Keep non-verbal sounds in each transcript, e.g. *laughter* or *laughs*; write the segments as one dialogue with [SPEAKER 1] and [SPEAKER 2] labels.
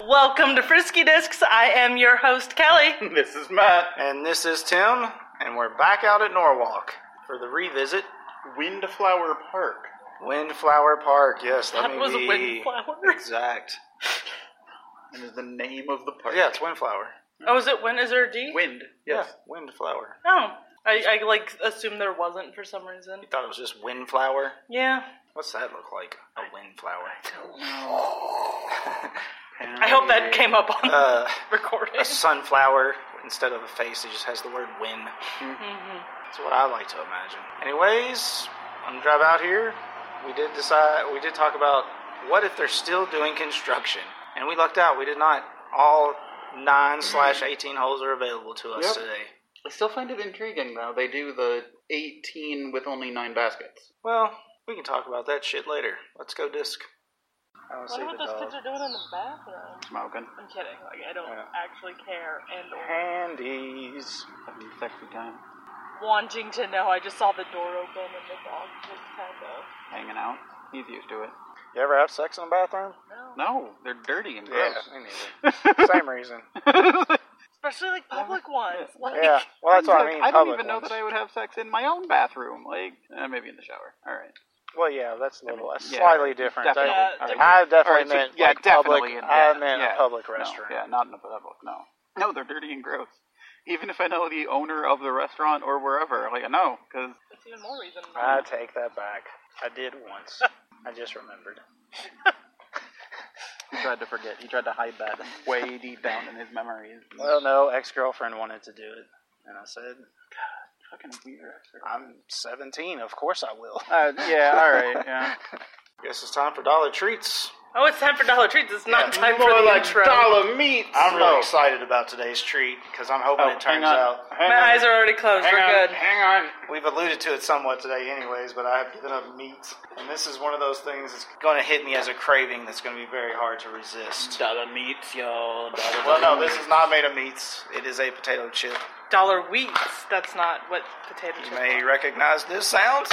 [SPEAKER 1] Welcome to Frisky Discs. I am your host, Kelly.
[SPEAKER 2] This is Matt.
[SPEAKER 3] And this is Tim, and we're back out at Norwalk for the revisit.
[SPEAKER 2] Windflower Park.
[SPEAKER 3] Windflower Park, yes, let
[SPEAKER 1] That
[SPEAKER 3] me
[SPEAKER 1] was a
[SPEAKER 3] be
[SPEAKER 1] windflower.
[SPEAKER 3] exact.
[SPEAKER 2] And is the name of the park.
[SPEAKER 3] Yeah, it's Windflower.
[SPEAKER 1] Oh, is it when is there a D?
[SPEAKER 2] Wind. Yes.
[SPEAKER 3] Yeah, Windflower.
[SPEAKER 1] Oh, I, I like assumed there wasn't for some reason.
[SPEAKER 3] You thought it was just Windflower?
[SPEAKER 1] Yeah.
[SPEAKER 3] What's that look like? A windflower.
[SPEAKER 1] I hope that came up on
[SPEAKER 3] *laughs* Uh,
[SPEAKER 1] recording.
[SPEAKER 3] a sunflower instead of a face, it just has the word win.
[SPEAKER 1] Mm-hmm.
[SPEAKER 3] That's what I like to imagine. Anyways, on the drive out here, we did decide we did talk about what if they're still doing construction, and we lucked out. We did not. All nine slash eighteen holes are available to us
[SPEAKER 2] Yep.
[SPEAKER 3] today.
[SPEAKER 4] I still find it intriguing, though. They do the 18 with only 9 baskets.
[SPEAKER 3] Well, we can talk about that shit later. Let's go disc. I don't see
[SPEAKER 1] wonder what
[SPEAKER 3] the
[SPEAKER 1] those
[SPEAKER 3] dog.
[SPEAKER 1] kids are doing in the bathroom.
[SPEAKER 4] Smoking.
[SPEAKER 1] I'm kidding. Like I don't
[SPEAKER 3] Yeah.
[SPEAKER 1] actually care and or
[SPEAKER 3] Handies.
[SPEAKER 4] Having sex again.
[SPEAKER 1] wanting to know. I just saw the door open and the dog was kind of.
[SPEAKER 4] Hanging out. He's used to it.
[SPEAKER 3] You ever have sex in the bathroom?
[SPEAKER 1] No.
[SPEAKER 4] No, they're dirty and gross.
[SPEAKER 3] Yeah, me
[SPEAKER 4] *laughs*
[SPEAKER 3] neither. Same reason.
[SPEAKER 1] Especially like public ones. Like,
[SPEAKER 3] Yeah. Well, that's what I mean.
[SPEAKER 4] I don't
[SPEAKER 3] public
[SPEAKER 4] even know
[SPEAKER 3] ones.
[SPEAKER 4] that I would have sex in my own bathroom. Like, uh, maybe in the shower. All right.
[SPEAKER 3] Well, yeah, that's a little that's
[SPEAKER 4] yeah,
[SPEAKER 3] slightly different.
[SPEAKER 4] definitely.
[SPEAKER 3] I,
[SPEAKER 1] Yeah,
[SPEAKER 4] All right.
[SPEAKER 3] I definitely
[SPEAKER 4] All right, so-
[SPEAKER 3] meant
[SPEAKER 4] yeah,
[SPEAKER 3] like
[SPEAKER 4] definitely.
[SPEAKER 3] public.
[SPEAKER 4] in-
[SPEAKER 3] I
[SPEAKER 4] yeah,
[SPEAKER 3] meant
[SPEAKER 4] yeah.
[SPEAKER 3] a public
[SPEAKER 4] No,
[SPEAKER 3] restroom.
[SPEAKER 4] yeah, not in a public. No, no, they're dirty and gross. Even if I know the owner of the restaurant or wherever, like I know, because
[SPEAKER 1] It's even more reason.
[SPEAKER 3] I take that back. I did
[SPEAKER 4] *laughs*
[SPEAKER 3] once. I just remembered.
[SPEAKER 4] he tried to forget. He tried to hide that *laughs* way deep down in his memories.
[SPEAKER 2] Uh,
[SPEAKER 3] Well, no, ex girlfriend wanted to do it, and I said,
[SPEAKER 4] fucking weird.
[SPEAKER 3] "I'm 17. Of course I will."
[SPEAKER 4] Uh, yeah, all right, yeah.
[SPEAKER 3] Guess it's time for dollar treats.
[SPEAKER 1] Oh, it's time for Dollar Treats. It's not time
[SPEAKER 2] More
[SPEAKER 1] for the
[SPEAKER 2] like
[SPEAKER 1] intro.
[SPEAKER 2] dollar meat.
[SPEAKER 3] I'm really
[SPEAKER 2] Oh.
[SPEAKER 3] excited about today's treat because I'm hoping
[SPEAKER 4] Oh,
[SPEAKER 3] it
[SPEAKER 4] hang
[SPEAKER 3] turns
[SPEAKER 4] on.
[SPEAKER 3] out.
[SPEAKER 2] Hang
[SPEAKER 1] My
[SPEAKER 2] on.
[SPEAKER 1] eyes are already closed.
[SPEAKER 2] Hang
[SPEAKER 1] We're
[SPEAKER 2] on.
[SPEAKER 1] good.
[SPEAKER 2] Hang on.
[SPEAKER 3] We've alluded to it somewhat today, anyways, but I've given up meat, and this is one of those things that's going to hit me as a craving that's going to be very hard to resist.
[SPEAKER 4] Dollar meats, y'all. Dollar
[SPEAKER 3] Well, no, this is not made of meats. It is a potato chip.
[SPEAKER 1] Dollar Wheats. That's not what potato
[SPEAKER 3] You
[SPEAKER 1] chips
[SPEAKER 3] may recognize this sound.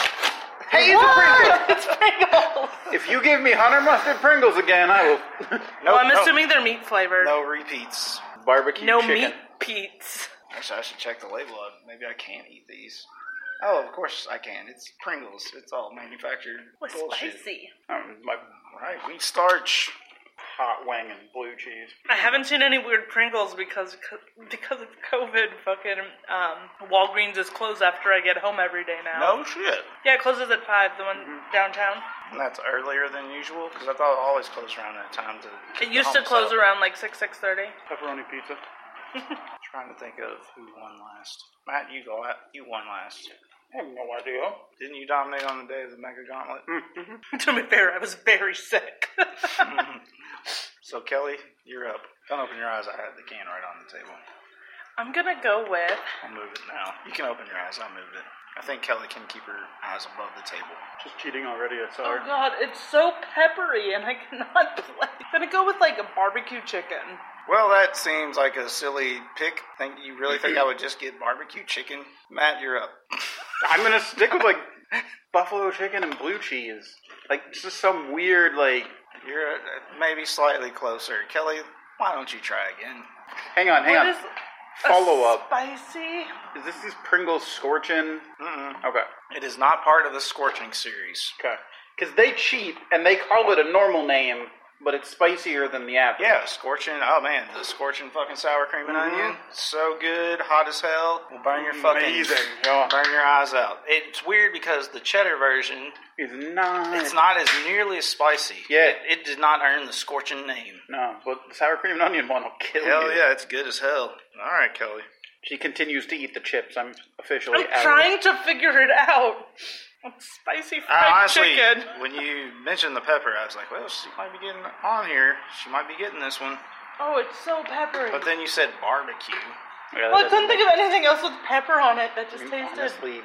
[SPEAKER 2] Hey, it's a Pringle.
[SPEAKER 1] It's *laughs* Pringles.
[SPEAKER 2] If you give me Hunter mustard Pringles again, I will.
[SPEAKER 3] *laughs* No,
[SPEAKER 1] well, I'm
[SPEAKER 3] no,
[SPEAKER 1] assuming they're meat flavored.
[SPEAKER 3] no repeats.
[SPEAKER 2] Barbecue
[SPEAKER 1] No
[SPEAKER 2] chicken.
[SPEAKER 1] meat peats. *laughs*
[SPEAKER 3] Actually, I should check the label. Up. Maybe I can't eat these. Oh, of course I can. It's Pringles. It's all manufactured
[SPEAKER 1] What's
[SPEAKER 3] bullshit.
[SPEAKER 1] spicy?
[SPEAKER 2] Um, my
[SPEAKER 3] Right, wheat starch.
[SPEAKER 2] hot wang and blue cheese.
[SPEAKER 1] I haven't seen any weird Pringles because because of COVID. Fucking um, Walgreens is closed after I get home every day now.
[SPEAKER 3] No shit.
[SPEAKER 1] Yeah, it closes at five. The one
[SPEAKER 2] Mm-hmm.
[SPEAKER 1] downtown.
[SPEAKER 3] And that's earlier than usual because I thought it always closed around that time. To
[SPEAKER 1] It
[SPEAKER 3] keep the
[SPEAKER 1] used to
[SPEAKER 3] homeless
[SPEAKER 1] close
[SPEAKER 3] out.
[SPEAKER 1] around like six six thirty. *laughs*
[SPEAKER 2] Pepperoni pizza.
[SPEAKER 3] Trying to think of who won last. Matt, you go. out- You won last.
[SPEAKER 2] I have no idea. Hmm.
[SPEAKER 3] Didn't you dominate on the day of the Mega Gauntlet?
[SPEAKER 1] to be fair, I was very sick. *laughs*
[SPEAKER 2] Mm-hmm.
[SPEAKER 3] So Kelly, you're up. Don't open your eyes. I had the can right on the table.
[SPEAKER 1] I'm gonna go with
[SPEAKER 3] I'll move it now. You can open your eyes. I moved it. I think Kelly can keep her eyes above the table.
[SPEAKER 2] Just cheating already. It's
[SPEAKER 1] Oh
[SPEAKER 2] our.
[SPEAKER 1] god, it's so peppery and I cannot *laughs* play. I'm gonna go with like a barbecue chicken.
[SPEAKER 3] Well, that seems like a silly pick. Think you really think I would just get barbecue chicken? Matt, you're up. *laughs*
[SPEAKER 2] I'm gonna stick with like buffalo chicken and blue cheese. Like just some weird like.
[SPEAKER 3] You're uh, maybe slightly closer. Kelly, why don't you try again?
[SPEAKER 2] Hang on, hang
[SPEAKER 1] What
[SPEAKER 2] on.
[SPEAKER 1] is a
[SPEAKER 2] Follow up.
[SPEAKER 1] Spicy.
[SPEAKER 2] Is this these Pringles scorching?
[SPEAKER 3] Mm-mm.
[SPEAKER 2] Okay,
[SPEAKER 3] It is not part of the scorching series.
[SPEAKER 2] okay. Because they cheat and they call it a normal name, but it's spicier than the average.
[SPEAKER 3] Yeah, scorching. Oh man, the scorching fucking sour cream and
[SPEAKER 2] Mhm.
[SPEAKER 3] onion, so good, hot as hell. Will burn your fucking
[SPEAKER 2] amazing. Yeah,
[SPEAKER 3] burn your eyes out. It's weird because the cheddar version,
[SPEAKER 2] it's not.
[SPEAKER 3] it's not as nearly as spicy.
[SPEAKER 2] Mm. Yeah.
[SPEAKER 3] it, it did not earn the scorching name.
[SPEAKER 2] No, but the sour cream and onion one will kill
[SPEAKER 3] Hell
[SPEAKER 2] you.
[SPEAKER 3] yeah, it's good as hell. All right, Kelly.
[SPEAKER 2] She continues to eat the chips. I'm officially
[SPEAKER 1] I'm
[SPEAKER 2] out.
[SPEAKER 1] trying to figure it out. It's spicy
[SPEAKER 2] Ah,
[SPEAKER 1] fried
[SPEAKER 3] I honestly,
[SPEAKER 1] chicken.
[SPEAKER 3] when you mentioned the pepper, I was like, well, she might be getting on here. She might be getting this one.
[SPEAKER 1] Oh, it's so peppery.
[SPEAKER 3] But then you said barbecue.
[SPEAKER 2] Yeah,
[SPEAKER 1] well, I
[SPEAKER 2] that
[SPEAKER 1] couldn't
[SPEAKER 2] doesn't-
[SPEAKER 1] think of anything else with pepper on it that just
[SPEAKER 2] I mean,
[SPEAKER 1] tasted.
[SPEAKER 2] Honestly,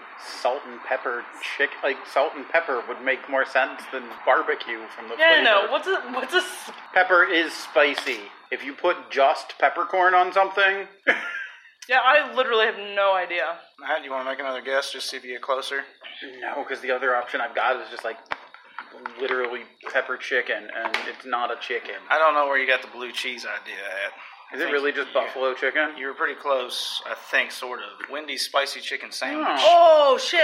[SPEAKER 2] salt and pepper chick like salt and pepper would make more sense than barbecue from the
[SPEAKER 1] yeah, I
[SPEAKER 2] flavor.
[SPEAKER 1] know. What's a what's a s-
[SPEAKER 2] Pepper is spicy. If you put just peppercorn on something,
[SPEAKER 1] yeah? I literally have no idea.
[SPEAKER 3] Matt, you want to make another guess? Just see if you get closer.
[SPEAKER 2] no, because the other option I've got is just like literally pepper chicken, and it's not a chicken.
[SPEAKER 3] I don't know where you got the blue cheese idea at.
[SPEAKER 2] Is it really just buffalo chicken?
[SPEAKER 3] You were pretty close, I think, sort of. Wendy's spicy chicken sandwich.
[SPEAKER 2] Oh.
[SPEAKER 1] Oh shit!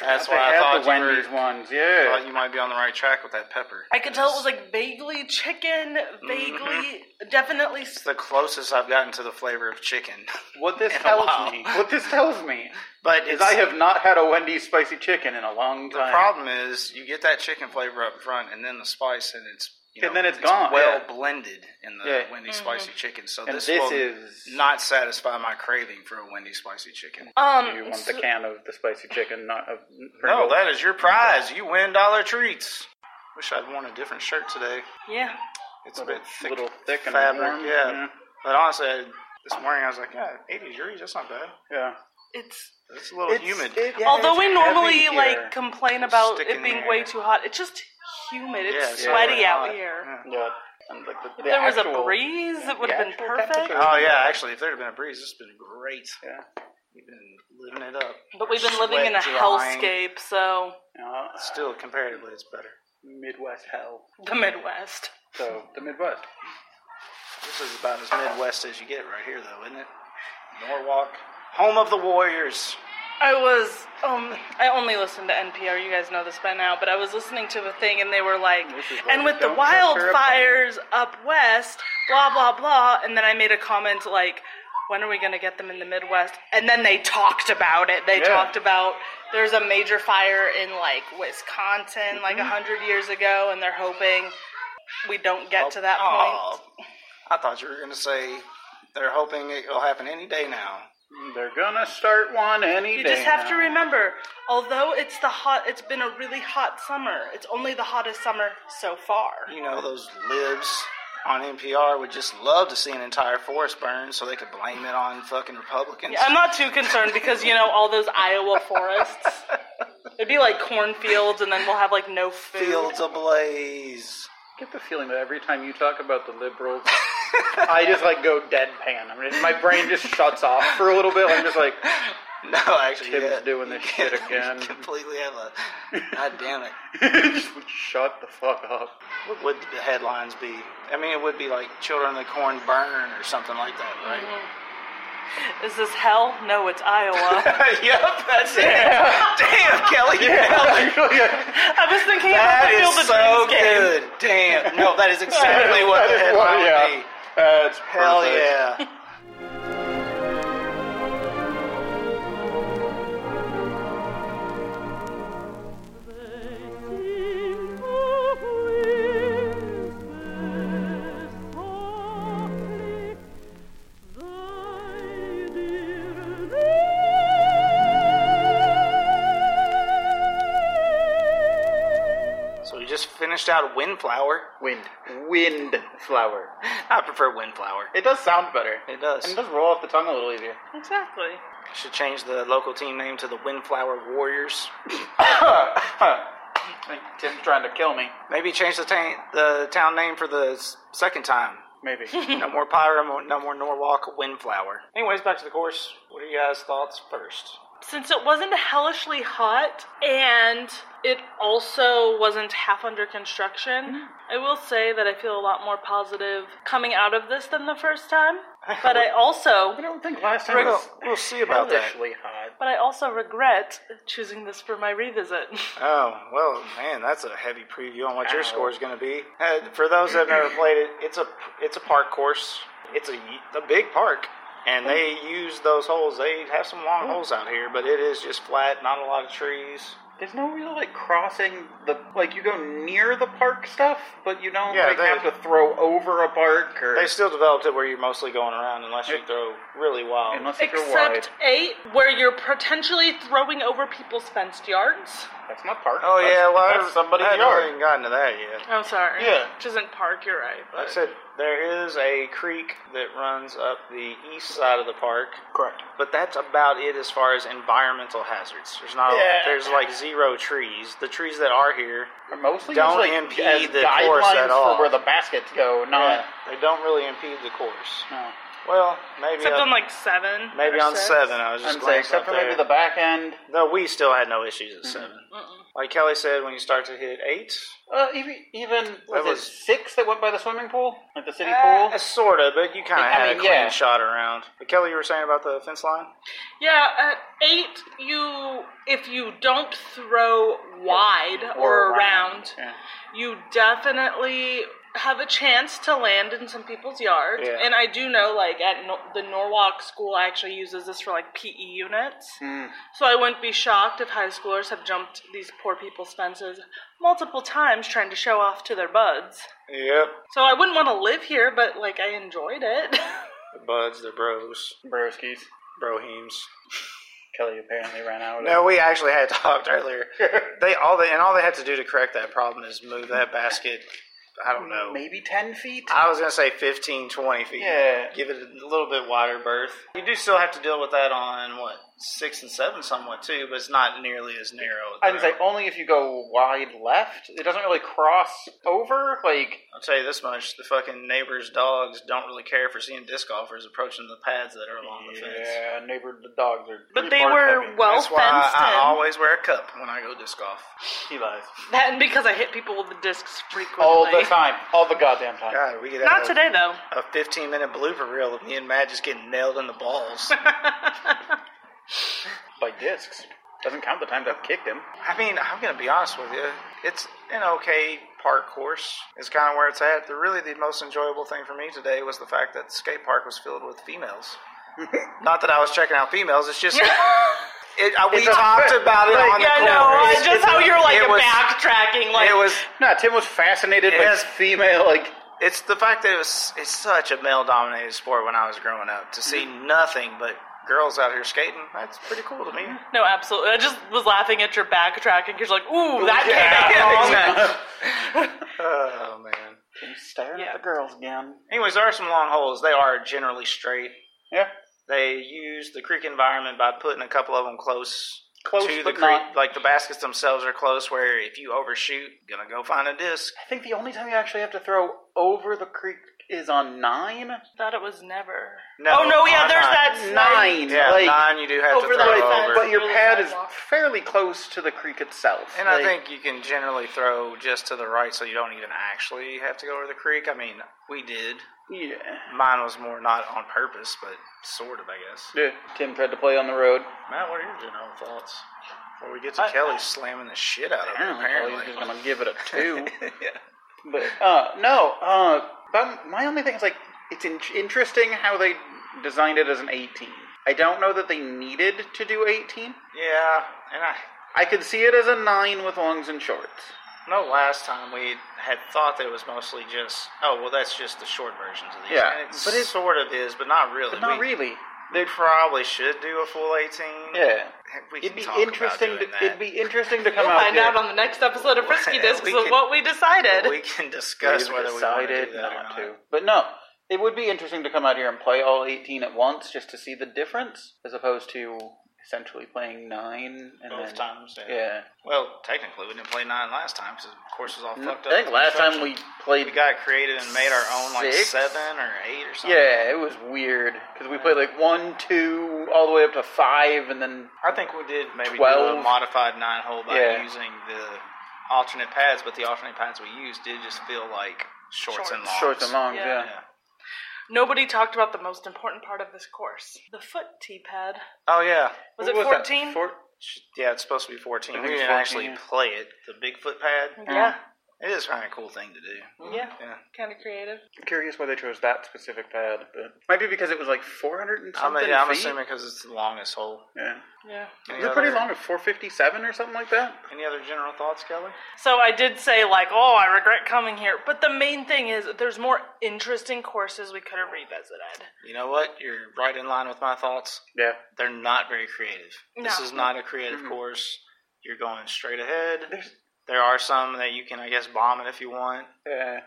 [SPEAKER 3] That's
[SPEAKER 2] They
[SPEAKER 3] why I
[SPEAKER 2] had
[SPEAKER 3] thought
[SPEAKER 2] the Wendy's
[SPEAKER 3] you were,
[SPEAKER 2] ones.
[SPEAKER 3] thought
[SPEAKER 2] Yeah.
[SPEAKER 3] you might be on the right track with that pepper.
[SPEAKER 1] I could tell it was like vaguely chicken, vaguely,
[SPEAKER 2] Mm-hmm.
[SPEAKER 1] definitely. s-
[SPEAKER 3] It's the closest I've gotten to the flavor of chicken. *laughs*
[SPEAKER 2] What this
[SPEAKER 3] In a
[SPEAKER 2] tells
[SPEAKER 3] while.
[SPEAKER 2] me, what this tells me,
[SPEAKER 3] But
[SPEAKER 2] is
[SPEAKER 3] it's,
[SPEAKER 2] I have not had a Wendy's spicy chicken in a long
[SPEAKER 3] the
[SPEAKER 2] time.
[SPEAKER 3] problem is you get that chicken flavor up front and then the spice and it's you know,
[SPEAKER 2] And then it's gone,
[SPEAKER 3] well
[SPEAKER 2] yeah.
[SPEAKER 3] blended in the
[SPEAKER 2] Yeah. Mm-hmm.
[SPEAKER 3] Wendy's spicy chicken. So
[SPEAKER 2] and
[SPEAKER 3] this,
[SPEAKER 2] this,
[SPEAKER 3] will
[SPEAKER 2] is
[SPEAKER 3] not satisfy my craving for a Wendy's spicy chicken.
[SPEAKER 1] Um,
[SPEAKER 2] You want
[SPEAKER 1] so-
[SPEAKER 2] the can of the spicy chicken, not of
[SPEAKER 3] No,
[SPEAKER 2] Pringles?
[SPEAKER 3] that is your prize. You win Dollar Treats. Wish I'd worn a different shirt today.
[SPEAKER 1] yeah.
[SPEAKER 3] It's a bit thick,
[SPEAKER 2] little thick and
[SPEAKER 3] fabric,
[SPEAKER 2] warm,
[SPEAKER 3] yeah.
[SPEAKER 2] yeah.
[SPEAKER 3] But honestly, I- this morning I was like, yeah, 80 degrees. That's not bad.
[SPEAKER 2] yeah.
[SPEAKER 1] It's
[SPEAKER 3] It's a little humid.
[SPEAKER 2] it- yeah,
[SPEAKER 1] although
[SPEAKER 2] it's
[SPEAKER 1] we
[SPEAKER 2] heavy
[SPEAKER 1] normally
[SPEAKER 2] here.
[SPEAKER 1] like complain about
[SPEAKER 3] Stick in
[SPEAKER 1] it
[SPEAKER 3] the
[SPEAKER 1] being
[SPEAKER 3] air.
[SPEAKER 1] way too hot. It's just humid. It's
[SPEAKER 3] Yeah, it's
[SPEAKER 1] sweaty
[SPEAKER 3] really
[SPEAKER 1] out
[SPEAKER 3] hot.
[SPEAKER 1] here.
[SPEAKER 3] Yeah.
[SPEAKER 2] Yeah. And, like, the-
[SPEAKER 1] If
[SPEAKER 2] the
[SPEAKER 1] there was
[SPEAKER 2] actual-
[SPEAKER 1] a breeze, it would
[SPEAKER 2] the
[SPEAKER 1] have been
[SPEAKER 2] actual
[SPEAKER 1] perfect.
[SPEAKER 2] temperature-
[SPEAKER 3] Oh yeah, actually, if there'd have been a breeze, this would have been great.
[SPEAKER 2] Yeah.
[SPEAKER 3] We've been living it up.
[SPEAKER 1] But we've been living in a
[SPEAKER 3] Sweat drying.
[SPEAKER 1] hellscape, so
[SPEAKER 2] Uh,
[SPEAKER 3] Still, comparatively, it's better.
[SPEAKER 2] Midwest hell.
[SPEAKER 1] the Midwest.
[SPEAKER 2] So the Midwest.
[SPEAKER 3] This is about as Midwest as you get right here, though, isn't it? Norwalk, home of the Warriors.
[SPEAKER 1] I was um I only listen to NPR. You guys know this by now, but I was listening to a thing and they were like,
[SPEAKER 2] This is
[SPEAKER 1] and
[SPEAKER 2] why
[SPEAKER 1] with the
[SPEAKER 2] we don't touch her up
[SPEAKER 1] wildfires up west, blah blah blah. And then I made a comment like, when are we gonna get them in the Midwest? And then they talked about it. They
[SPEAKER 2] Yeah.
[SPEAKER 1] talked about there's a major fire in like Wisconsin like
[SPEAKER 2] Mm-hmm.
[SPEAKER 1] a hundred years ago, and they're hoping we don't
[SPEAKER 2] Oh,
[SPEAKER 1] get to that point.
[SPEAKER 3] Aw, Oh, I thought you were going to say they're hoping it'll happen any day now.
[SPEAKER 2] *laughs* They're gonna start one any
[SPEAKER 1] You
[SPEAKER 2] day.
[SPEAKER 1] just have to
[SPEAKER 2] now.
[SPEAKER 1] remember, although it's the hot, it's been a really hot summer. It's only the hottest summer so far.
[SPEAKER 3] You know those libs on NPR would just love to see an entire forest burn, so they could blame it on fucking Republicans.
[SPEAKER 1] Yeah, I'm not too concerned because you know all those Iowa forests.
[SPEAKER 3] *laughs*
[SPEAKER 1] It'd be like cornfields, and then we'll have like no food.
[SPEAKER 3] Fields ablaze. *laughs*
[SPEAKER 2] I get the feeling that every time you talk about the liberals, I just like go deadpan. I mean, my brain just shuts off for a little bit. I'm just like, *laughs*
[SPEAKER 3] No, actually,
[SPEAKER 2] Tim's
[SPEAKER 3] *laughs* yeah.
[SPEAKER 2] doing this shit again.
[SPEAKER 3] completely have a.
[SPEAKER 2] *laughs*
[SPEAKER 3] God damn it.
[SPEAKER 2] just like, shut the fuck up.
[SPEAKER 3] What would the headlines be? I mean, it would be like Children of the Corn Burn or something like that, right?
[SPEAKER 1] Is this hell? No, it's
[SPEAKER 3] *laughs*
[SPEAKER 1] Iowa.
[SPEAKER 3] yep, that's it. Damn, Kelly, you
[SPEAKER 1] *laughs*
[SPEAKER 3] nailed it.
[SPEAKER 2] *laughs*
[SPEAKER 1] I was thinking about
[SPEAKER 3] That
[SPEAKER 1] the Field of
[SPEAKER 3] is so
[SPEAKER 1] Dreams game.
[SPEAKER 3] good. Damn. No, that
[SPEAKER 1] *laughs*
[SPEAKER 3] is exactly what the
[SPEAKER 2] That is
[SPEAKER 3] headline would be.
[SPEAKER 2] yeah.
[SPEAKER 3] Hell
[SPEAKER 2] That's perfect.
[SPEAKER 3] yeah. So we just finished out Windflower. *laughs*
[SPEAKER 2] Wind. Wind flower.
[SPEAKER 3] I prefer Windflower.
[SPEAKER 2] It does sound better.
[SPEAKER 3] It does.
[SPEAKER 2] And it does roll off the tongue a little easier.
[SPEAKER 1] Exactly.
[SPEAKER 3] Should change the local team name to the Windflower *coughs* Warriors.
[SPEAKER 2] Tim's trying to kill me.
[SPEAKER 3] Maybe change the, ta- the town name for the s- second time.
[SPEAKER 2] Maybe.
[SPEAKER 3] *laughs* No more Pyro, mo- no more Norwalk, Windflower. Anyways, back to the course. What are you guys' thoughts first?
[SPEAKER 1] Since it wasn't hellishly hot and it also wasn't half under
[SPEAKER 3] Mm.
[SPEAKER 1] construction, I will say that I feel a lot more positive coming out of this than the first
[SPEAKER 3] *laughs*
[SPEAKER 1] time. But I also
[SPEAKER 2] I don't think last time
[SPEAKER 3] We'll,
[SPEAKER 2] was
[SPEAKER 3] we'll see about that.
[SPEAKER 2] hellishly hot.
[SPEAKER 1] But I also regret choosing this for my revisit.
[SPEAKER 3] Oh, well, man, that's a heavy preview on what your
[SPEAKER 2] Ow.
[SPEAKER 3] score is going to be. Uh, for those that have never played it, it's a it's a park course. It's a, a big park, and they use those holes. They have some long holes out here, but it is just flat, not a lot of trees.
[SPEAKER 2] There's no real like crossing the like you go near the park stuff, but you don't
[SPEAKER 3] Yeah,
[SPEAKER 2] like
[SPEAKER 3] they-
[SPEAKER 2] have to throw over a park or
[SPEAKER 3] They still developed it where you're mostly going around unless you throw really wild.
[SPEAKER 2] unless you go wide.
[SPEAKER 1] Except eight, where you're potentially throwing over people's fenced yards.
[SPEAKER 2] That's not park.
[SPEAKER 3] oh,
[SPEAKER 2] that's,
[SPEAKER 3] yeah, well, I-
[SPEAKER 2] that's somebody's
[SPEAKER 3] I haven't
[SPEAKER 2] yard.
[SPEAKER 3] even gotten to that yet.
[SPEAKER 1] Oh, sorry.
[SPEAKER 2] Yeah.
[SPEAKER 1] Which isn't park, you're right.
[SPEAKER 3] Like I
[SPEAKER 1] But
[SPEAKER 3] said, there is a creek that runs up the east side of the park,
[SPEAKER 2] Correct.
[SPEAKER 3] but that's about it as far as environmental hazards. There's not,
[SPEAKER 2] Yeah.
[SPEAKER 3] there's like zero trees. The trees that are here,
[SPEAKER 2] Or mostly
[SPEAKER 3] Don't
[SPEAKER 2] just, like,
[SPEAKER 3] impede
[SPEAKER 2] as
[SPEAKER 3] the course
[SPEAKER 2] guidelines
[SPEAKER 3] at all.
[SPEAKER 2] for where the baskets go, not
[SPEAKER 3] Yeah. um, They don't really impede the course.
[SPEAKER 2] No.
[SPEAKER 3] Well, maybe
[SPEAKER 1] Except
[SPEAKER 3] on-
[SPEAKER 1] on like seven.
[SPEAKER 3] maybe
[SPEAKER 1] or
[SPEAKER 3] on
[SPEAKER 1] six.
[SPEAKER 3] seven. I was just
[SPEAKER 2] I'm saying,
[SPEAKER 3] glancing
[SPEAKER 2] except
[SPEAKER 3] up
[SPEAKER 2] for
[SPEAKER 3] there.
[SPEAKER 2] maybe Mm-hmm. the back end.
[SPEAKER 3] No, we still had no issues at seven.
[SPEAKER 1] Mm-mm.
[SPEAKER 3] Like Kelly said, when you start to hit eight,
[SPEAKER 2] Uh, even even was,
[SPEAKER 3] was-
[SPEAKER 2] it six that went by the swimming pool, like the city
[SPEAKER 3] eh,
[SPEAKER 2] pool?
[SPEAKER 3] sort of, but you kind of
[SPEAKER 2] I
[SPEAKER 3] had
[SPEAKER 2] mean,
[SPEAKER 3] a clean
[SPEAKER 2] yeah.
[SPEAKER 3] shot around. But Kelly, you were saying about the fence line.
[SPEAKER 1] Yeah, at eight, you if you don't throw wide or, around,
[SPEAKER 2] Yeah.
[SPEAKER 1] you definitely have a chance to land in some people's yards.
[SPEAKER 3] Yeah.
[SPEAKER 1] And I do know, like at no- the Norwalk school, actually uses this for like PE units.
[SPEAKER 2] Mm.
[SPEAKER 1] So I wouldn't be shocked if high schoolers have jumped these poor people's fences multiple times trying to show off to their buds.
[SPEAKER 3] Yep,
[SPEAKER 1] So I wouldn't want to live here, but like I enjoyed it. *laughs*
[SPEAKER 3] the buds, the bros,
[SPEAKER 2] Broskies.
[SPEAKER 3] brohemes.
[SPEAKER 2] Kelly apparently ran out. Of
[SPEAKER 3] No, we actually had *laughs* talked earlier. They all they and all they had to do to correct that problem is move that basket. I don't know.
[SPEAKER 2] maybe ten feet.
[SPEAKER 3] I was gonna say 15, 20 feet.
[SPEAKER 2] yeah.
[SPEAKER 3] Give it a little bit wider berth. You do still have to deal with that on what six and seven, somewhat too, but it's not nearly as narrow.
[SPEAKER 2] I'd say only if you go wide left. It doesn't really cross over. Like
[SPEAKER 3] I'll tell you this much: the fucking neighbors' dogs don't really care for seeing disc golfers approaching the pads that are along the fence.
[SPEAKER 2] yeah, neighbor, the dogs are.
[SPEAKER 1] but
[SPEAKER 2] pretty
[SPEAKER 1] they
[SPEAKER 2] bark
[SPEAKER 1] were
[SPEAKER 2] heavy.
[SPEAKER 1] well
[SPEAKER 3] That's why
[SPEAKER 1] fenced
[SPEAKER 3] I
[SPEAKER 1] in.
[SPEAKER 3] always wear a cup when I go disc golf.
[SPEAKER 2] He lies
[SPEAKER 1] That and because I hit people with the discs frequently.
[SPEAKER 2] all Oh, the time, all the goddamn time.
[SPEAKER 3] God, we could have
[SPEAKER 1] Not
[SPEAKER 3] a-
[SPEAKER 1] today though.
[SPEAKER 3] a 15 minute blooper reel of me and Matt just getting nailed in the balls.
[SPEAKER 2] By discs doesn't count the times I've kicked him.
[SPEAKER 3] *laughs* I mean, I'm gonna be honest with you. It's an okay park course. It's kind of where it's at. The really the most enjoyable thing for me today was the fact that the skate park was filled with *laughs* females. Not that I was checking out females. It's *laughs* just it, I, we
[SPEAKER 2] It's a-
[SPEAKER 3] talked about it on the
[SPEAKER 1] yeah,
[SPEAKER 3] course.
[SPEAKER 1] no, I just how you're like
[SPEAKER 3] it was-
[SPEAKER 1] backtracking, like
[SPEAKER 3] it was.
[SPEAKER 2] Nah, Tim was fascinated by
[SPEAKER 3] Yes.
[SPEAKER 2] female. Like
[SPEAKER 3] It's the fact that it was. It's such a male dominated sport when I was growing up. To see nothing but girls out here skating, that's pretty cool to me.
[SPEAKER 1] no, absolutely. I just was laughing at your backtracking because you're like, ooh, *laughs* that came out
[SPEAKER 3] *laughs* Yeah,
[SPEAKER 1] wrong.
[SPEAKER 3] exactly. oh man.
[SPEAKER 2] Tim's staring
[SPEAKER 1] Yeah.
[SPEAKER 2] at the girls again.
[SPEAKER 3] Anyways, there are some long holes. They are generally straight.
[SPEAKER 2] Yeah,
[SPEAKER 3] They use the creek environment by putting a couple of them close,
[SPEAKER 2] Close,
[SPEAKER 3] to the
[SPEAKER 2] but
[SPEAKER 3] creek.
[SPEAKER 2] not-
[SPEAKER 3] Like the baskets themselves are close, where if you overshoot, gonna go find a disc.
[SPEAKER 2] I think the only time you actually have to throw over the creek is on nine.
[SPEAKER 1] Thought it was never.
[SPEAKER 3] No,
[SPEAKER 1] oh no, yeah,
[SPEAKER 3] on
[SPEAKER 1] there's
[SPEAKER 3] nine.
[SPEAKER 1] that snipe.
[SPEAKER 2] Nine,
[SPEAKER 3] Yeah,
[SPEAKER 2] like,
[SPEAKER 3] nine you do have to
[SPEAKER 1] over the
[SPEAKER 3] throw
[SPEAKER 1] right side.
[SPEAKER 3] over.
[SPEAKER 2] But your
[SPEAKER 1] Really
[SPEAKER 2] pad is
[SPEAKER 1] sidewalk.
[SPEAKER 2] fairly close to the creek itself.
[SPEAKER 3] and I
[SPEAKER 2] Like,
[SPEAKER 3] think you can generally throw just to the right, so you don't even actually have to go over the creek. I mean, we did.
[SPEAKER 2] yeah.
[SPEAKER 3] Mine was more not on purpose, but sort of, I guess.
[SPEAKER 2] yeah. Tim tried to play on the road.
[SPEAKER 3] Matt, what are your general thoughts? Before we get to
[SPEAKER 2] I-
[SPEAKER 3] Kelly slamming the shit out of him,
[SPEAKER 2] Apparently, apparently.
[SPEAKER 3] apparently.
[SPEAKER 2] he's gonna give it a
[SPEAKER 3] *laughs*
[SPEAKER 2] two.
[SPEAKER 3] yeah.
[SPEAKER 2] but uh, no, uh, but my only thing is like it's in- interesting how they designed it as an eighteen. I don't know that they needed to do eighteen.
[SPEAKER 3] Yeah, and I
[SPEAKER 2] I could see it as a nine with longs and shorts.
[SPEAKER 3] know last time we had thought that it was mostly just oh well that's just the short versions of these.
[SPEAKER 2] Yeah,
[SPEAKER 3] and it
[SPEAKER 2] but it-
[SPEAKER 3] sort of is, but not really.
[SPEAKER 2] But not
[SPEAKER 3] we,
[SPEAKER 2] really.
[SPEAKER 3] They probably should do a full eighteen.
[SPEAKER 2] Yeah.
[SPEAKER 3] we can
[SPEAKER 2] It'd be
[SPEAKER 3] talk
[SPEAKER 2] interesting.
[SPEAKER 3] About
[SPEAKER 2] To,
[SPEAKER 3] doing that.
[SPEAKER 2] it'd be interesting to come
[SPEAKER 1] We'll
[SPEAKER 2] out
[SPEAKER 1] find
[SPEAKER 2] here.
[SPEAKER 1] out on the next episode of Frisky
[SPEAKER 3] Yeah,
[SPEAKER 1] Discs
[SPEAKER 3] we
[SPEAKER 1] of
[SPEAKER 3] can-
[SPEAKER 1] what we decided.
[SPEAKER 3] we can discuss
[SPEAKER 2] Either
[SPEAKER 3] whether we want to do that or not.
[SPEAKER 2] But no, it would be interesting to come out here and play all 18 at once just to see the difference, as opposed to essentially playing nine and
[SPEAKER 3] Both
[SPEAKER 2] then,
[SPEAKER 3] times. Yeah.
[SPEAKER 2] Yeah,
[SPEAKER 3] Well, technically, we didn't play nine last time because the course was all
[SPEAKER 2] Mm, I
[SPEAKER 3] fucked up.
[SPEAKER 2] think last time
[SPEAKER 3] construction.
[SPEAKER 2] we played.
[SPEAKER 3] we got creative and made our own like
[SPEAKER 2] Six?
[SPEAKER 3] seven or eight or something.
[SPEAKER 2] yeah, it was weird because we played like one, two, all the way up to five, and then
[SPEAKER 3] I think we did maybe do a
[SPEAKER 2] 12.
[SPEAKER 3] modified nine hole by
[SPEAKER 2] Yeah.
[SPEAKER 3] using the alternate pads, but the alternate pads we used did just feel like shorts, and longs.
[SPEAKER 2] shorts and longs.
[SPEAKER 1] Yeah.
[SPEAKER 2] Yeah.
[SPEAKER 3] Yeah.
[SPEAKER 1] Nobody talked about the most important part of this course: the foot tee pad.
[SPEAKER 3] Oh yeah,
[SPEAKER 1] Was
[SPEAKER 2] What
[SPEAKER 1] it
[SPEAKER 2] that?
[SPEAKER 1] 14?
[SPEAKER 2] Four-
[SPEAKER 3] yeah. It's supposed to be fourteen.
[SPEAKER 2] I
[SPEAKER 3] We
[SPEAKER 2] think it's
[SPEAKER 3] didn't
[SPEAKER 2] 14,
[SPEAKER 3] actually
[SPEAKER 2] yeah. Mm-hmm.
[SPEAKER 3] play it. The Bigfoot pad.
[SPEAKER 1] Yeah,
[SPEAKER 3] It is kind of a cool thing to do.
[SPEAKER 1] yeah,
[SPEAKER 3] Yeah.
[SPEAKER 1] kind of creative.
[SPEAKER 2] I'm curious why they chose that specific pad, but might be because it was like 400 and
[SPEAKER 3] I'm,
[SPEAKER 2] something
[SPEAKER 3] yeah, I'm
[SPEAKER 2] feet.
[SPEAKER 3] assuming because it's the longest hole.
[SPEAKER 2] Yeah,
[SPEAKER 1] Yeah.
[SPEAKER 3] Any
[SPEAKER 2] they're pretty
[SPEAKER 3] other-
[SPEAKER 2] long, at 457 or something like that.
[SPEAKER 3] Any other general thoughts, Kelly?
[SPEAKER 1] So I did say like, oh, I regret coming here, but the main thing is there's more interesting courses we could have revisited.
[SPEAKER 3] You know what? You're right in line with my thoughts.
[SPEAKER 2] Yeah,
[SPEAKER 3] They're not very creative. This
[SPEAKER 1] No.
[SPEAKER 3] is not a creative
[SPEAKER 2] Mhm.
[SPEAKER 3] course. You're going straight ahead.
[SPEAKER 2] there's
[SPEAKER 3] There are some that you can, I guess, bomb it if you want.
[SPEAKER 2] Yeah.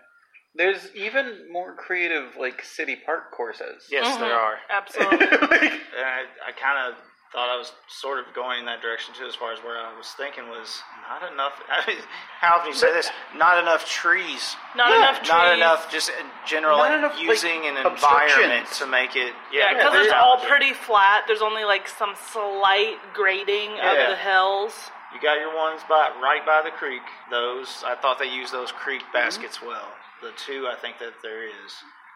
[SPEAKER 2] There's even more creative like city park courses.
[SPEAKER 3] Yes, there
[SPEAKER 1] Mhm.
[SPEAKER 3] are. *laughs*
[SPEAKER 1] Absolutely.
[SPEAKER 2] *laughs* Like,
[SPEAKER 3] And I, I kind of thought I was sort of going in that direction too, as far as where I was thinking was not enough. *laughs* how can you say this? Not enough trees.
[SPEAKER 1] Not
[SPEAKER 2] Yeah,
[SPEAKER 1] enough trees.
[SPEAKER 3] Not enough, just in general
[SPEAKER 2] Not enough, like,
[SPEAKER 3] using an
[SPEAKER 2] obstructions.
[SPEAKER 3] environment to make it.
[SPEAKER 1] Yeah,
[SPEAKER 3] more
[SPEAKER 1] because it's all
[SPEAKER 3] challenging.
[SPEAKER 1] pretty flat. There's only like some slight grading
[SPEAKER 3] Yeah.
[SPEAKER 1] of the hills.
[SPEAKER 3] You got your ones by right by the creek. Those I thought they used those creek baskets well. The two I think that there is.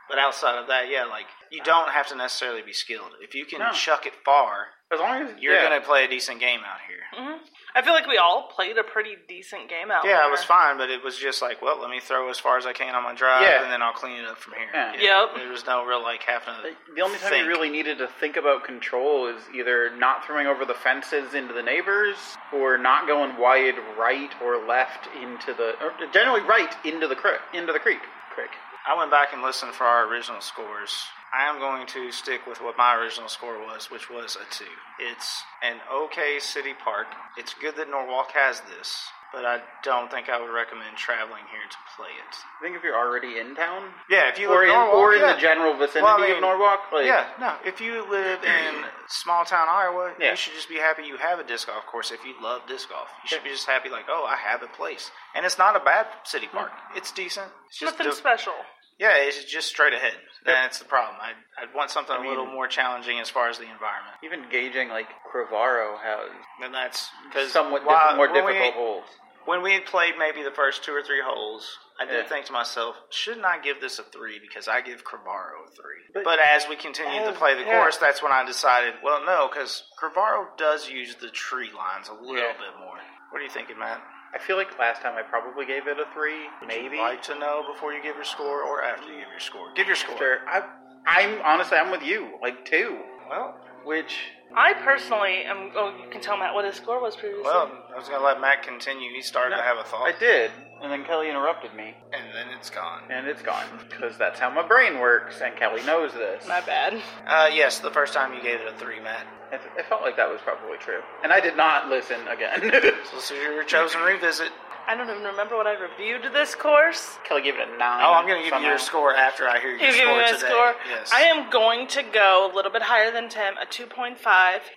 [SPEAKER 3] But outside of that, yeah, like you don't have to necessarily be skilled. If you can
[SPEAKER 2] No.
[SPEAKER 3] chuck it far,
[SPEAKER 2] As long as
[SPEAKER 3] you're
[SPEAKER 2] yeah.
[SPEAKER 3] gonna play a decent game out here.
[SPEAKER 1] Mm-hmm. I feel like we all played a pretty decent game out
[SPEAKER 3] Yeah,
[SPEAKER 1] there.
[SPEAKER 3] it was fine, but it was just like, well, let me throw as far as I can on my drive,
[SPEAKER 2] Yeah.
[SPEAKER 3] and then I'll clean it up from here.
[SPEAKER 2] Yeah.
[SPEAKER 1] Yep.
[SPEAKER 3] There was no real like having to.
[SPEAKER 2] The only time
[SPEAKER 3] think.
[SPEAKER 2] you really needed to think about control is either not throwing over the fences into the neighbors, or not going wide right or left into the or generally right into the creek into the creek. Creek.
[SPEAKER 3] I went back and listened for our original scores. I am going to stick with what my original score was, which was a two. It's an okay city park. It's good that Norwalk has this, but I don't think I would recommend traveling here to play it.
[SPEAKER 2] I think if you're already in town,
[SPEAKER 3] Yeah, if you
[SPEAKER 2] or
[SPEAKER 3] live
[SPEAKER 2] in
[SPEAKER 3] in Norwalk,
[SPEAKER 2] or in
[SPEAKER 3] yeah.
[SPEAKER 2] the general vicinity
[SPEAKER 3] Well, I mean,
[SPEAKER 2] of Norwalk, like,
[SPEAKER 3] yeah, no. If you live in small town Iowa,
[SPEAKER 2] Yeah.
[SPEAKER 3] you should just be happy you have a disc golf course. If you love disc golf, you should be just happy like, oh, I have a place, and it's not a bad city park. It's decent. It's just
[SPEAKER 1] Nothing
[SPEAKER 3] the-
[SPEAKER 1] special.
[SPEAKER 3] Yeah, it's just straight ahead. That's the problem. I'd, I'd want something
[SPEAKER 2] mean-
[SPEAKER 3] a little more challenging as far as the environment.
[SPEAKER 2] even gauging like Crevaro has
[SPEAKER 3] And that's because
[SPEAKER 2] somewhat
[SPEAKER 3] while-
[SPEAKER 2] different, more
[SPEAKER 3] when we-
[SPEAKER 2] difficult holes.
[SPEAKER 3] When we had played maybe the first two or three holes, I did
[SPEAKER 2] Yeah.
[SPEAKER 3] think to myself, shouldn't I give this a three because I give Crevaro a three?
[SPEAKER 2] But-
[SPEAKER 3] But, as we continued to
[SPEAKER 2] As-
[SPEAKER 3] play the
[SPEAKER 2] yeah.
[SPEAKER 3] course, that's when I decided, well, no, because Crevaro does use the tree lines a little
[SPEAKER 2] Yeah.
[SPEAKER 3] bit more. What are you thinking, Matt?
[SPEAKER 2] I feel like last time I probably gave it a three,
[SPEAKER 3] Would
[SPEAKER 2] maybe.
[SPEAKER 3] you like to know before you give your score or after you give your score? Give your score.
[SPEAKER 2] Sure. I, I'm honestly, I'm with you, like two,
[SPEAKER 3] Well,
[SPEAKER 2] which
[SPEAKER 1] I personally am. Oh, you can tell Matt what his score was previously.
[SPEAKER 3] well, I was going to let Matt continue. He started to have a thought.
[SPEAKER 2] I did, and then Kelly interrupted me,
[SPEAKER 3] And then it's gone.
[SPEAKER 2] and it's gone because that's how my brain works, and Kelly knows this.
[SPEAKER 1] My bad.
[SPEAKER 3] Uh, yes, the first time you gave it a three, Matt.
[SPEAKER 2] I, th- I felt like that was probably true, and I did not listen again. *laughs*
[SPEAKER 3] So this is your chosen revisit.
[SPEAKER 1] I don't even remember what I reviewed this course.
[SPEAKER 2] Kelly gave it a nine.
[SPEAKER 3] Oh, I'm going to give you
[SPEAKER 2] somehow.
[SPEAKER 3] your score after I hear your
[SPEAKER 1] You give
[SPEAKER 3] score
[SPEAKER 1] me my
[SPEAKER 3] today.
[SPEAKER 1] score.
[SPEAKER 3] Yes.
[SPEAKER 1] I am going to go a little bit higher than Tim, a 2.5.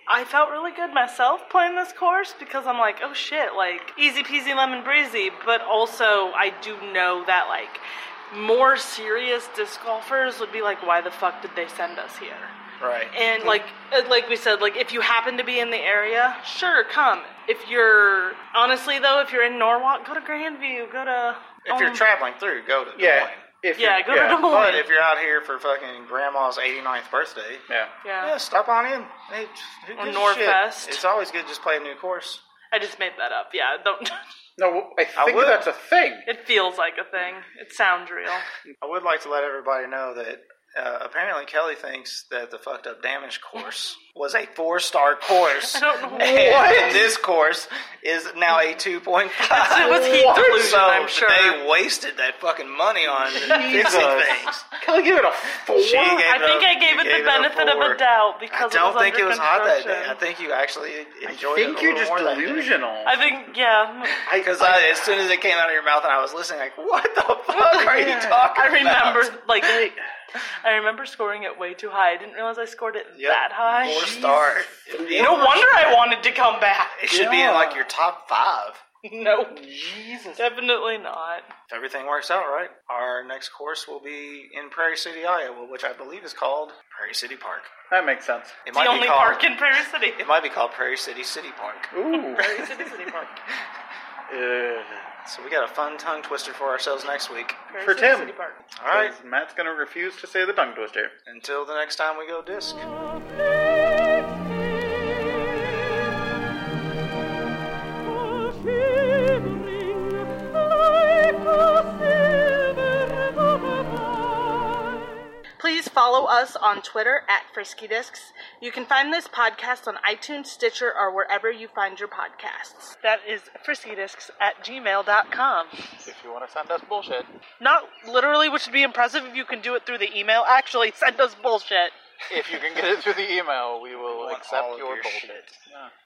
[SPEAKER 1] I felt really good myself playing this course because I'm like, oh shit, like easy peasy lemon breezy. But also, I do know that like more serious disc golfers would be like, why the fuck did they send us here?
[SPEAKER 3] right.
[SPEAKER 1] And like uh, like we said, like if you happen to be in the area, sure, come. If you're honestly though, if you're in Norwalk, go to Grandview, go to
[SPEAKER 3] if you're
[SPEAKER 1] um,
[SPEAKER 3] traveling through, go to Des
[SPEAKER 2] Yeah.
[SPEAKER 3] Moines.
[SPEAKER 2] If
[SPEAKER 1] Yeah,
[SPEAKER 2] you-
[SPEAKER 1] go to Des Moines.
[SPEAKER 3] But if you're out here for fucking grandma's 89th birthday,
[SPEAKER 2] Yeah.
[SPEAKER 1] yeah.
[SPEAKER 3] yeah, stop on in. Hey, who
[SPEAKER 1] Or
[SPEAKER 3] gives a
[SPEAKER 1] Norfest.
[SPEAKER 3] shit? It's always good to just play a new course.
[SPEAKER 1] I just made that up. Yeah, don't. *laughs*
[SPEAKER 2] No, I think
[SPEAKER 3] would.
[SPEAKER 2] that's a thing.
[SPEAKER 1] It feels like a thing. It sounds real.
[SPEAKER 3] I would like to let everybody know that uh, apparently Kelly thinks that the fucked up damage course *laughs* was a four star course.
[SPEAKER 1] I don't know
[SPEAKER 3] And
[SPEAKER 1] what.
[SPEAKER 3] *laughs* this course is now a 2.5.
[SPEAKER 1] It was heat
[SPEAKER 2] What?
[SPEAKER 1] delusion,
[SPEAKER 3] So
[SPEAKER 1] I'm sure.
[SPEAKER 3] they wasted that fucking money on fixing things.
[SPEAKER 2] Kelly gave it a four.
[SPEAKER 3] She gave
[SPEAKER 1] I think
[SPEAKER 3] it a-
[SPEAKER 1] I gave
[SPEAKER 3] you
[SPEAKER 1] it the benefit of
[SPEAKER 3] four.
[SPEAKER 1] a doubt
[SPEAKER 3] I
[SPEAKER 1] because
[SPEAKER 3] don't
[SPEAKER 1] it was
[SPEAKER 3] think it
[SPEAKER 1] under
[SPEAKER 3] was hot that day.
[SPEAKER 1] construction.
[SPEAKER 3] I think you actually enjoyed
[SPEAKER 2] think
[SPEAKER 3] it a little
[SPEAKER 2] you're just
[SPEAKER 3] more that day.
[SPEAKER 2] delusional.
[SPEAKER 1] I think yeah.
[SPEAKER 3] Because I, as soon as it came out of your mouth and I was listening, like, what
[SPEAKER 1] *laughs*
[SPEAKER 3] the fuck are you talking
[SPEAKER 1] I remember
[SPEAKER 3] about?
[SPEAKER 1] like I remember scoring it way too high. I didn't realize I scored it
[SPEAKER 3] Yep,
[SPEAKER 1] that high.
[SPEAKER 3] Four star.
[SPEAKER 1] No wonder I wanted to come back.
[SPEAKER 3] It should be in like your top five.
[SPEAKER 1] No, Jesus, definitely not.
[SPEAKER 3] If everything works out right, our next course will be in Prairie City, Iowa, which I believe is called Prairie City Park.
[SPEAKER 2] that makes sense.
[SPEAKER 3] It
[SPEAKER 1] It's the only
[SPEAKER 3] called,
[SPEAKER 1] park in Prairie City.
[SPEAKER 3] *laughs* It might be called Prairie City City Park. *laughs*
[SPEAKER 2] Ooh.
[SPEAKER 1] Prairie City City Park.
[SPEAKER 2] Uh,
[SPEAKER 3] So we got a fun tongue twister for ourselves next week.
[SPEAKER 1] Prairie
[SPEAKER 2] For
[SPEAKER 1] City
[SPEAKER 2] Tim.
[SPEAKER 1] City Park.
[SPEAKER 3] All right.
[SPEAKER 2] Matt's gonna refuse to say the tongue twister.
[SPEAKER 3] Until the next time we go disc.
[SPEAKER 1] Please follow us on Twitter at Frisky Discs. You can find this podcast on iTunes, Stitcher, or wherever you find your podcasts. That is friskydiscs at gmail.com.
[SPEAKER 4] If you want to send us bullshit,
[SPEAKER 1] Not literally, which would be impressive if you can do it through the email. Actually, *laughs* send us bullshit.
[SPEAKER 4] if you can get it through the email, we will
[SPEAKER 3] want
[SPEAKER 4] accept
[SPEAKER 3] all of
[SPEAKER 4] your,
[SPEAKER 3] your
[SPEAKER 4] bullshit.
[SPEAKER 3] shit.
[SPEAKER 4] Yeah.